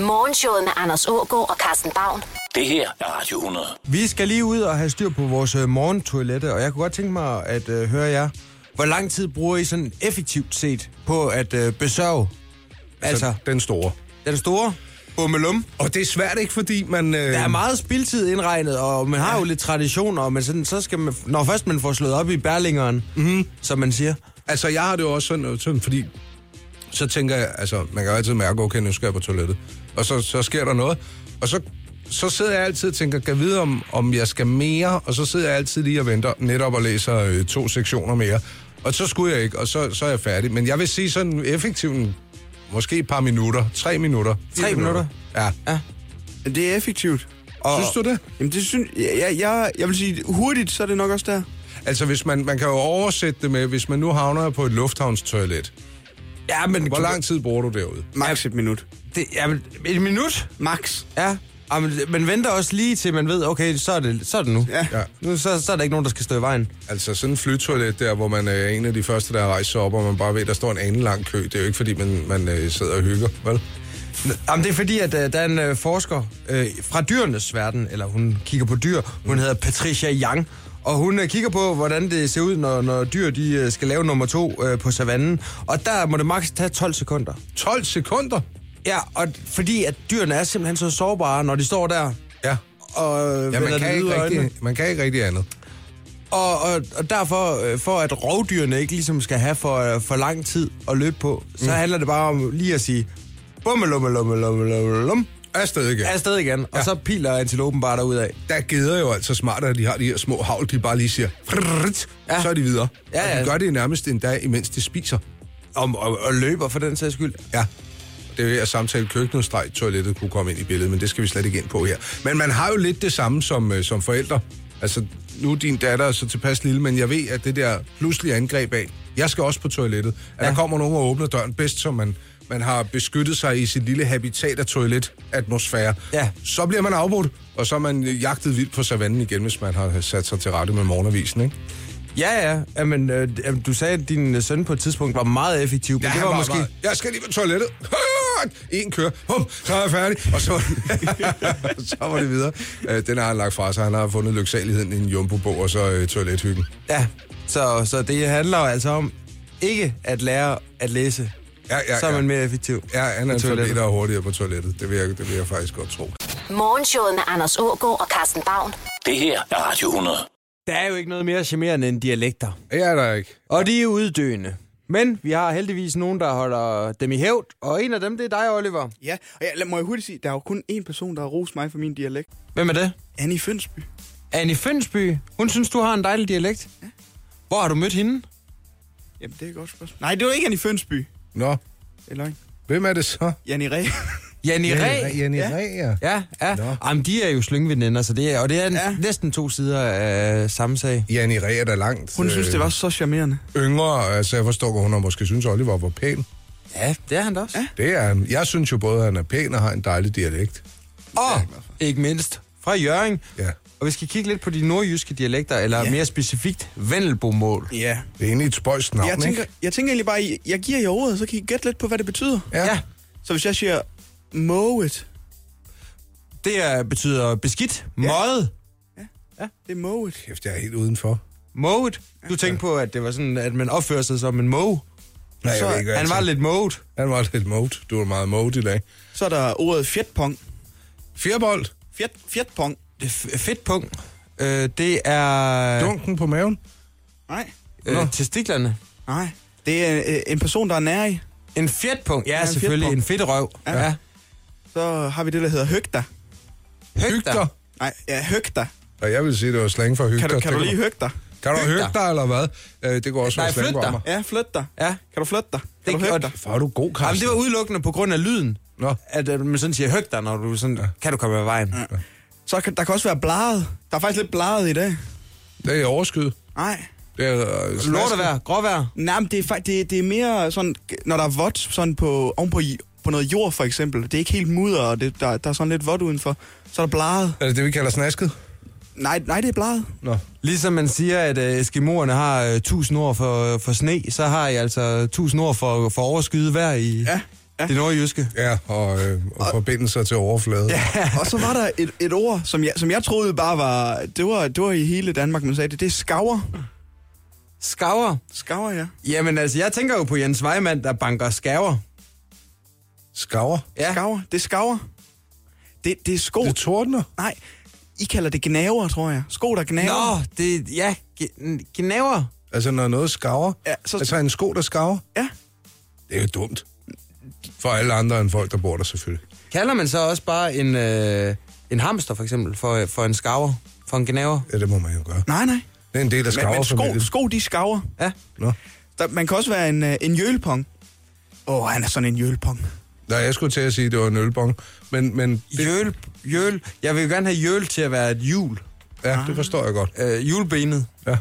Morgenshowet med Anders Ågaard og Carsten Baum. Det her er Radio 100. Vi skal lige ud og have styr på vores øh, morgentoilette, og jeg kunne godt tænke mig at øh, høre jer. Hvor lang tid bruger I sådan effektivt set på at øh, besørge? Altså, Altså, altså den store. den store bummelum. Og det er svært ikke, fordi man... Øh, Der er meget spildtid indregnet, og man har jo lidt traditioner, men sådan, så skal man, når først man får slået op i bærlingeren, Mhm. mm-hmm. som man siger. Altså, jeg har det jo også sådan, sådan fordi så tænker jeg, altså, man kan jo altid mærke, okay, nu skal jeg på toilettet. Og så, så sker der noget. Og så, så sidder jeg altid og tænker, kan jeg vide, om, om jeg skal mere? Og så sidder jeg altid lige og venter netop og læser øh, to sektioner mere. Og så skulle jeg ikke, og så, så er jeg færdig. Men jeg vil sige sådan effektivt, en- måske et par minutter, tre minutter. Tre fire minutter? Ja. ja. Men Det er effektivt. Og, Synes du det? Jamen, det synes jeg, jeg, jeg, jeg vil sige, hurtigt, så er det nok også der. Altså, hvis man, man kan jo oversætte det med, hvis man nu havner på et lufthavnstoilet. Ja, men... Hvor lang tid bruger du derude? Max et minut. Det, ja, men et minut? Max. Ja. Ja, men man venter også lige til, man ved, okay, så er det, så er det nu. Ja. Ja. Nu, så, så er der ikke nogen, der skal stå i vejen. Altså sådan en flytoilet der, hvor man er en af de første, der har rejst sig op, og man bare ved, der står en anden lang kø. Det er jo ikke, fordi man, man øh, sidder og hygger, vel? Jamen, det er fordi, at øh, der er en øh, forsker øh, fra dyrenes verden, eller hun kigger på dyr, hun hedder Patricia Young, og hun øh, kigger på, hvordan det ser ud, når, når dyr de, øh, skal lave nummer to øh, på savannen, og der må det maks tage 12 sekunder. 12 sekunder? Ja, og fordi at dyrene er simpelthen så sårbare, når de står der Ja. og øh, Ja, man vender kan, det ikke ud af øjnene. rigtig, man kan ikke rigtig andet. Og, og, og derfor, øh, for at rovdyrene ikke ligesom skal have for, øh, for lang tid at løbe på, så mm. handler det bare om lige at sige, bummelummelummelummelum, Afsted igen. afsted igen, ja. og så piler antilopen bare derudad. Der gider jo altså smartere, at de har de her små havl, de bare lige siger, "Frrrt", Ja. så er de videre. Ja, Og ja. de gør det nærmest en dag, imens de spiser. Og, og, og løber for den sags skyld. Ja. Det er jo her samtale køkkenet streg, toilettet kunne komme ind i billedet, men det skal vi slet ikke ind på her. Men man har jo lidt det samme som, øh, som forældre. Altså, nu er din datter er så tilpas lille, men jeg ved, at det der pludselige angreb af, jeg skal også på toilettet, at ja. der kommer nogen og åbner døren bedst, som man, man har beskyttet sig i sit lille habitat af toiletatmosfære. Ja. Så bliver man afbrudt, og så er man øh, jagtet vildt på savannen igen, hvis man har sat sig til rette med morgenavisen, ikke? Ja, ja. Jamen, øh, jamen, du sagde, at din øh, søn på et tidspunkt var meget effektiv, men det han var bare- måske... bare, jeg skal lige på toilettet. En kører. Hum, så er jeg færdig. Og så, så var det videre. Øh, Den har han lagt fra sig. Han har fundet lyksaligheden i en jumbo og så øh, toilethyggen. Ja, så, så det handler jo altså om ikke at lære at læse. Ja, ja, så er ja. man mere effektiv. Ja, han på er en toilettet. toiletter og hurtigere på toilettet. Det vil, jeg, det vil jeg faktisk godt tro. Morgenshowet med Anders Ågaard og Carsten Baum. Det her er Radio 100. Der er jo ikke noget mere charmerende end dialekter. Ja, er der ikke. Og de er uddøende. Men vi har heldigvis nogen, der holder dem i hævd, og en af dem, det er dig, Oliver. Ja, og jeg, lad, må jeg hurtigt sige, der er jo kun én person, der har rost mig for min dialekt. Hvem er det? Annie Fønsby. Annie Fønsby. Hun synes, du har en dejlig dialekt. Hvor har du mødt hende? Jamen, det er et godt spørgsmål. Nej, det var ikke Annie Fønsby. Nå, Eller ikke? hvem er det så? Janni Ræ. Janni Re- Ræ. Jenny ja. Re, ja. Ja, ja. Nå. Jamen, de er jo slyngveninder, så det er, og det er ja. Ja. næsten to sider af samme sag. Janni Re er da langt Hun øh. synes, det var så charmerende. yngre, altså jeg forstår godt, hun har måske synes, Oliver var pæn. Ja, det er han da også. Ja. Det er han. Jeg synes jo både, at han er pæn og har en dejlig dialekt. Og ikke mindst fra Jøring. Ja. Og vi skal kigge lidt på de nordjyske dialekter, eller ja. mere specifikt Vendelbomål. Ja. Det er egentlig et spøjst navn, Jeg tænker, ikke? jeg tænker egentlig bare, I- jeg giver jer ordet, så kan I gætte lidt på, hvad det betyder. ja. Så hvis jeg siger, moet, Det er, betyder beskidt, ja. møget, det er moet. Kæft, jeg er helt udenfor. Mode. Du tænkte på, at det var sådan, at man opfører sig som en måge. Nej, jeg ved ikke, hvad Han jeg var tænker. lidt mode. Han var lidt mode. Du var meget mode i dag. Så er der ordet fjetpong. Fjerbold. Fjet, fjetpong. Det f- fedt punkt. Øh, det er Dunken på maven. Nej. øh, testiklerne. Nej. Det er øh, en person, der er nær i. En fedt punkt. Ja, en selvfølgelig. fedtpunkt. En fedt røv. Ja. ja. Så har vi det, der hedder høgter. Hygter. Nej, ja, høgter. Og jeg vil sige, det var slang for hygter. Kan du, kan du lige høgter? Kan du Hygter. hygge dig, eller hvad? Øh, det går også Nej, være slang flyt for dig. mig. Ja, flyt dig. Ja. Kan du flytte dig? Kan Det, du og, høgter? For er du god, Carsten. jamen, det var udelukkende på grund af lyden. Nå. At, at man sådan siger hygter, når du sådan... Kan du komme af vejen? Ja. Så kan, der kan også være blaret. Der er faktisk lidt blaret i dag. Det er overskyd. Nej. Det er øh, slasket. Lortevær, gråvær. Nej, men det er, fakt- det, det er mere sådan, når der er vådt, sådan på, ovenpå i- på noget jord for eksempel. Det er ikke helt mudder, og det, der, der er sådan lidt vådt udenfor. Så er der blaret. Er det det, vi kalder snasket? Nej, nej, det er blaret. Nå. Ligesom man siger, at øh, eskimoerne har øh, 1000 ord for, for sne, så har I altså 1000 ord for, for overskyet vejr i... Ja. Ja. Det nordjyske. Ja, og, øh, og forbindelser til overfladen. Ja. Og så var der et, et ord, som jeg, som jeg troede bare var... Det var, det var i hele Danmark, man sagde det. Det er skaver. Skaver. Skaver, ja. Jamen altså, jeg tænker jo på Jens Weimann, der banker skaver. Skaver. ja. Skaver. Det er skaver. Det, det er sko. Det tordner. Nej, I kalder det gnaver, tror jeg. Sko, der gnaver. Nå, det, ja, ge- gnaver. Altså, når noget skaver. Ja, Ja, så- så... Altså, en sko, der skaver. Ja. Det er jo dumt. For alle andre end folk, der bor der selvfølgelig. Kalder man så også bare en, øh, en hamster, for eksempel, for, for en skaver? For en gnaver? Ja, det må man jo gøre. Nej, nej. Det er en del af Men, men sko, skaverfamilien. sko, de skaver. Ja. Nå. Der, man kan også være en, øh, en jølpong. Åh, oh, han er sådan en jølpong. Nej, jeg skulle til at sige, at det var en ølbong. Men, men det, Jøl, jøl. Jeg vil jo gerne have jøl til at være et hjul. Ah. ja, det forstår jeg godt. Øh, julbenet. Ja.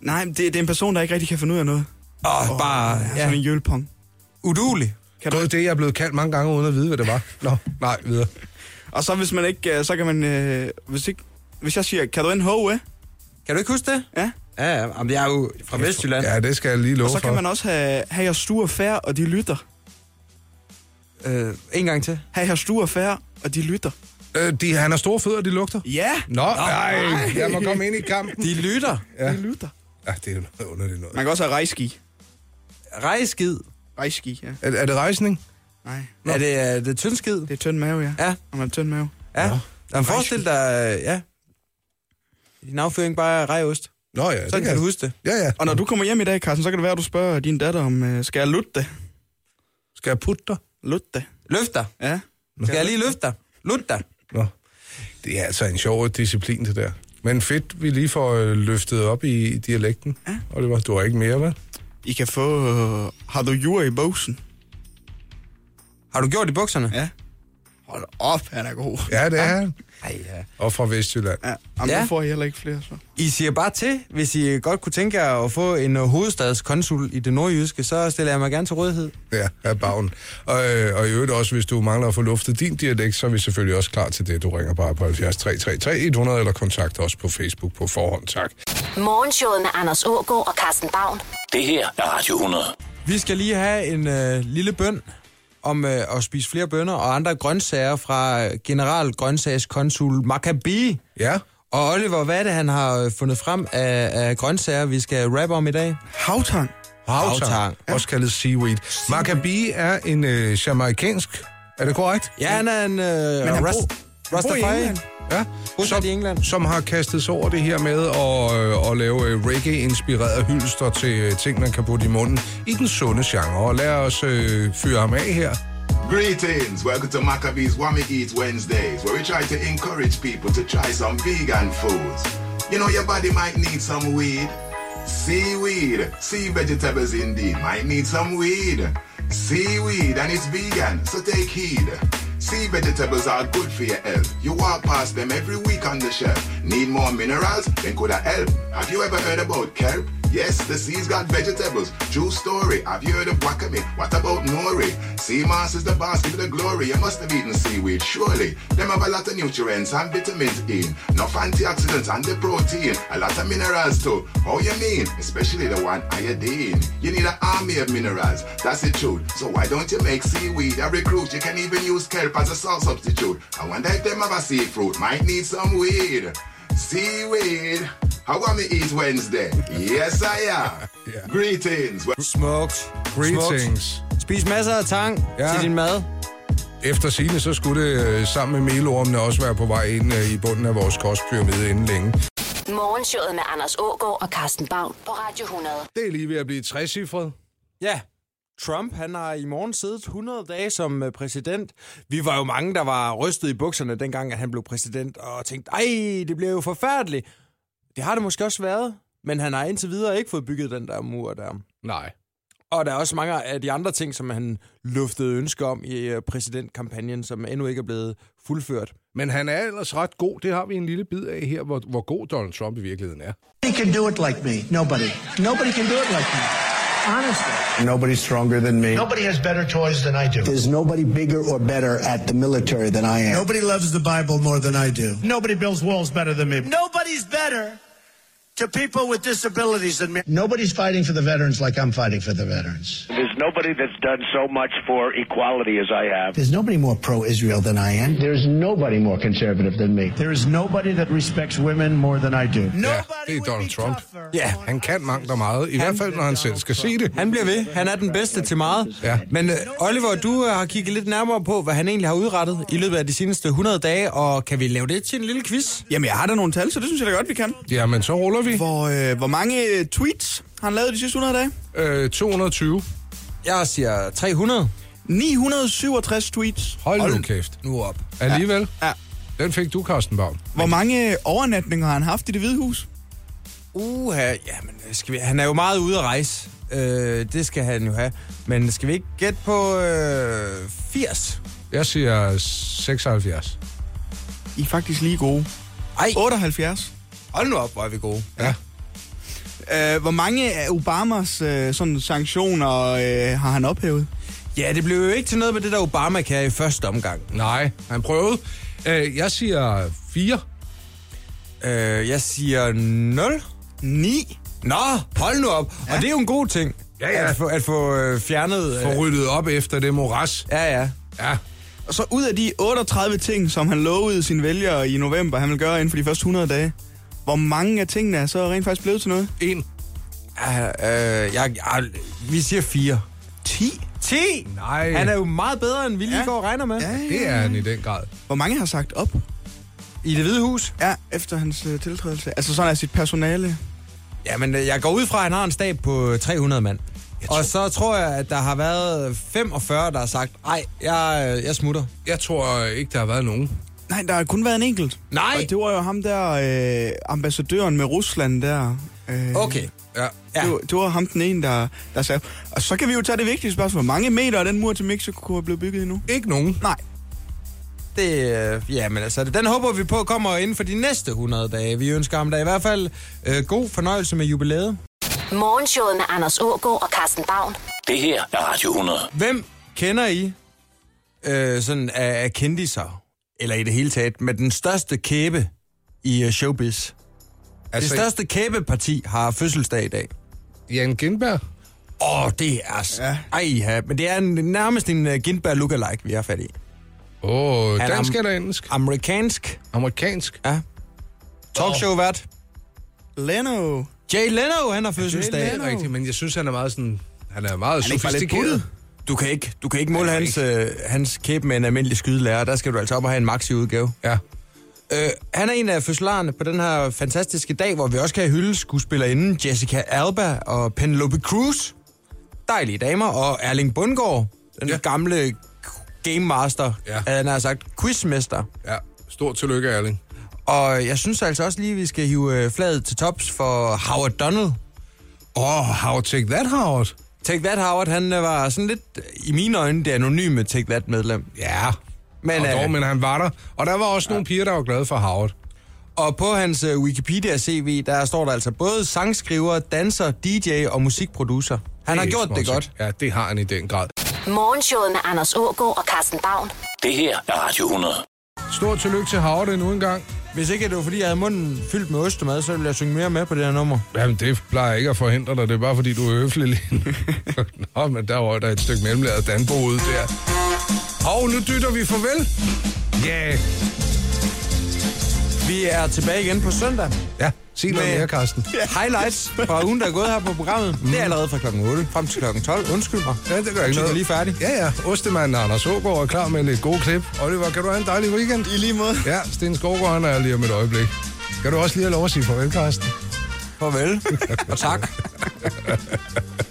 Nej, det, det er en person, der ikke rigtig kan finde ud af noget. Åh, oh, bare, Han er ja, sådan en jølpong. udulig. Kan Kan du- du... det, jeg er blevet kaldt mange gange, uden at vide, hvad det var. Nå, nej, videre. Og så hvis man ikke, øh, så kan man, øh, hvis, ikke, hvis jeg siger, kan du en hoe? Kan du ikke huske det? Ja. Ja, ja, jamen, jeg er jo fra Vestjylland. Ja, det skal jeg lige love Og så kan for. man også have, have jeres stue færre, og de lytter. Øh, en gang til. Have jeres stue færre, og de lytter. Øh, de, han har store fødder, de lugter. Ja, Nå, nej, jeg må komme ind i kampen. De lytter. ja. de lytter. Ja, det er jo noget underligt noget. Man kan også have rejski. Rejskid. Rejski, ja. Er, er det rejsning? Nej, Er det, er det tyndskid? det er tynd mave, ja. Ja, Når man har tynd mave. ja. Jamen, forestil dig, øh, ja. Din afføring bare er rejost. Nå ja, Sådan kan jeg. du huske det. Ja, ja. Og når du kommer hjem i dag, Carsten, så kan det være, at du spørger din datter om, øh, skal jeg lutte det? Skal jeg putte dig? Lutte det? Løft dig. Ja. Skal jeg lige løfte dig? Lut dig. Nå. Det er altså en sjov disciplin, det der. Men fedt, vi lige får øh, løftet op i, i dialekten. Ja. Og det var, du har ikke mere, vel? I kan få... Øh, har du jure i bosen? Har du gjort det i bukserne? Ja. Hold op, han er god. Ja, det er han. Ej, ja. Og fra Vestjylland. Ja, jamen, ja. Ja. nu får I heller ikke flere, så. I siger bare til, hvis I godt kunne tænke jer at få en øh, hovedstadskonsul i det nordjyske, så stiller jeg mig gerne til rådighed. Ja, af bagen. Og, øh, og i øvrigt også, hvis du mangler at få luftet din dialekt, så er vi selvfølgelig også klar til det. Du ringer bare på 70 333 100 eller kontakt os på Facebook på forhånd. Tak. Morgenshowet med Anders Ågaard og Carsten Baum. Det her er Radio 100. Vi skal lige have en øh, lille bøn om øh, at spise flere bønner og andre grøntsager fra øh, generalgrøntsagskonsul Maccabi. Ja, Og Oliver, hvad er det, han har øh, fundet frem af, af grøntsager, vi skal rappe om i dag? Havtang. Havtang. Også kaldet seaweed. Maccabi er en øh, jamaikansk, er det korrekt? Ja, han er en øh, han rast- bor- han bor i Rastafari. England. Ja, Bosat i England. som har kastet sig over det her med at, øh, at lave øh, reggae-inspirerede hylster til øh, ting, man kan putte i munden i den sunde genre. Og lad os øh, fyre ham af her. Greetings, welcome to Maccabees Wami Eat Wednesdays, where we try to encourage people to try some vegan foods. You know, your body might need some weed. Seaweed, sea vegetables indeed, might need some weed. Seaweed, and it's vegan, so take heed. Sea vegetables are good for your health. You walk past them every week on the shelf. Need more minerals? Then could I help? Have you ever heard about kelp? Yes, the sea's got vegetables. True story. Have you heard of wakame? What about nori? Sea moss is the boss, give it the glory. You must have eaten seaweed, surely. Them have a lot of nutrients and vitamins in. Enough antioxidants and the protein. A lot of minerals too. How you mean? Especially the one iodine. You need an army of minerals. That's the truth. So why don't you make seaweed a recruit? You can even use kelp as a salt substitute. I wonder if them have a seafruit. Might need some weed. Seaweed. How am I eat Wednesday? Yes, I am. Greetings. Smukt. Smukt. Greetings. Spis masser af tang ja. Ja. til din mad. Efter sine så skulle det øh, sammen med melormene også være på vej ind øh, i bunden af vores kostpyramide inden længe. Morgenshowet med Anders Ågaard og Carsten Baum på Radio 100. Det er lige ved at blive træsiffret. Ja. Trump, han har i morgen siddet 100 dage som øh, præsident. Vi var jo mange, der var rystet i bukserne, dengang at han blev præsident, og tænkte, ej, det bliver jo forfærdeligt. Det har det måske også været, men han har indtil videre ikke fået bygget den der mur der. Nej. Og der er også mange af de andre ting, som han luftede ønsker om i øh, præsidentkampagnen, som endnu ikke er blevet fuldført. Men han er ellers ret god. Det har vi en lille bid af her, hvor, hvor god Donald Trump i virkeligheden er. Nobody can do it like me. Nobody. Nobody can do it like me. Honestly. Nobody's stronger than me. Nobody has better toys than I do. There's nobody bigger or better at the military than I am. Nobody loves the Bible more than I do. Nobody builds walls better than me. Nobody's better to people with disabilities in Nobody's fighting for the veterans like I'm fighting for the veterans. There's nobody that's done so much for equality as I have. There's nobody more pro Israel than I am. There's nobody more conservative than me. There is nobody that respects women more than I do. Ja, det er Donald Trump. Ja. Han kan mangt og meget, i hvert fald når han selv skal sige det. Han bliver ved. Han er den bedste til meget. Ja. Men øh, Oliver, du øh, har kigget lidt nærmere på, hvad han egentlig har udrettet i løbet af de seneste 100 dage, og kan vi lave det til en lille quiz? Jamen, jeg har da nogle tal, så det synes jeg da godt, vi kan. Ja, men så ruller vi. Hvor, øh, hvor mange øh, tweets har han lavet de sidste 100 dage? Øh, 220. Jeg siger 300. 967 tweets. Hold nu kæft. Nu op. Alligevel. Ja. Den fik du, Carsten Baum. Hvor mange øh, overnatninger har han haft i det hvide hus? Uha, jamen, øh, skal vi... han er jo meget ude at rejse. Øh, det skal han jo have. Men skal vi ikke gætte på øh, 80? Jeg siger 76. I er faktisk lige gode. Ej, 78. hold nu op, hvor er vi gode. Ja. Øh, hvor mange af Obamas øh, sådan sanktioner øh, har han ophævet? Ja, det blev jo ikke til noget med det der Obama kan i første omgang. Nej, han prøvede. Øh, jeg siger 4. Øh, jeg siger 0. 9. Nå, hold nu op. Ja. Og det er jo en god ting. Ja, ja. At få, at få øh, fjernet... Få ryddet op efter det moras. ja, ja. Ja. Og så ud af de 38 ting, som han lovede sine vælgere i november, han ville gøre inden for de første 100 dage, hvor mange af tingene er så rent faktisk blevet til noget? En. Ah, øh, jeg, ah, vi siger 4. 10? 10? Nej. Han er jo meget bedre, end vi lige Ja. går og regner med. Ja, Det er Mm. han i den grad. Hvor mange har sagt op? I det hvide hus. Ja, efter hans øh, tiltrædelse. Altså sådan er sit personale. Jamen, øh, jeg går ud fra, at han har en stab på øh, 300 mand. Og så tror jeg, at der har været 45, der har sagt, nej, jeg, øh, jeg smutter. Jeg tror ikke, der har været nogen. Nej, der har kun været en enkelt. Nej! Og det var jo ham der, øh, ambassadøren med Rusland der. Øh, Okay. Ja. Ja. Ja. Det, var, det var ham den ene, der, der sagde... Og så kan vi jo tage det vigtige spørgsmål. Hvor mange meter er den mur til Mexico kunne have blevet bygget endnu? Ikke nogen. Nej. Det, øh, ja, men altså, den håber vi på kommer inden for de næste 100 dage. Vi ønsker ham da i hvert fald øh, god fornøjelse med jubilæet. Morgenshowet med Anders Ågaard og Carsten Baum. Det her er Radio 100. Hvem kender I øh, sådan af, af kendiser, eller i det hele taget, med den største kæbe i øh, showbiz? Altså, Altså, det største kæbeparti har fødselsdag i dag. Jan Gindberg. Åh, oh, det er... s- Ej, ja. men det er en, nærmest en uh, Gindberg lookalike, vi er fat i. Åh, oh, Han er dansk am- eller engelsk? Amerikansk Amerikansk. ja. talkshow-vært. Leno. Jay Leno, han har fødselsdag. Det er rigtigt, men jeg synes, han er meget sådan... Han er meget ikke bare lidt sofistikeret. Du kan ikke, du kan ikke måle Han er hans, øh, hans kæbe med en almindelig skydelærer. Der skal du altså op og have en maxi udgave. Ja. Øh, han er en af fødselarerne på den her fantastiske dag, hvor vi også kan hylde skuespillerinden Jessica Alba og Penelope Cruz. Dejlige damer. Og Erling Bundgaard, den ja. Ja. gamle game master, ja. Ja. han har sagt quizmester. Ja. Stort tillykke, Erling. Og jeg synes altså også lige, at vi skal hive øh, flaget til tops for Howard Donald. Åh, oh, how take that, Howard? Take That Howard, han øh, var sådan lidt, øh, i mine øjne, det anonyme Take That-medlem. Ja. Men, Men, og øh, dog, men han var der. Og der var også nogle piger, der var glade for Howard. Og på hans øh, Wikipedia-CV, der står der altså både sangskriver, danser, DJ og musikproducer. Han har er gjort ikke det småting. godt. Ja, det har han i den grad. Morgenshowet med Anders Ågaard og Carsten Baum. Det her er Radio 100. Stort tillykke til Howard endnu en gang. Hvis ikke det var, fordi jeg havde munden fyldt med ostemad, så ville jeg synge mere med på det her nummer. Jamen, det plejer ikke at forhindre dig. Det er bare, fordi du er høflig lige nu. Nå, men der var der et stykke mellemlaget Danbo ude der. Og nu dytter vi farvel. Ja. Yeah. Vi er tilbage igen på søndag. Ja, sig noget Med- mere, Carsten. Highlights fra ugen, der er gået her på programmet. Det er allerede fra klokken 8 frem til klokken 12. Undskyld mig. Mm. Ja, det gør ikke Så er vi noget. lige færdige. Ja, ja. Ostemanden Anders Ågaard er klar med lidt gode klip. Oliver, kan du have en dejlig weekend? I lige måde. Ja, Sten Skovgaard, han er lige om et øjeblik. Kan du også lige have lov at sige farvel, Carsten? Farvel. og tak.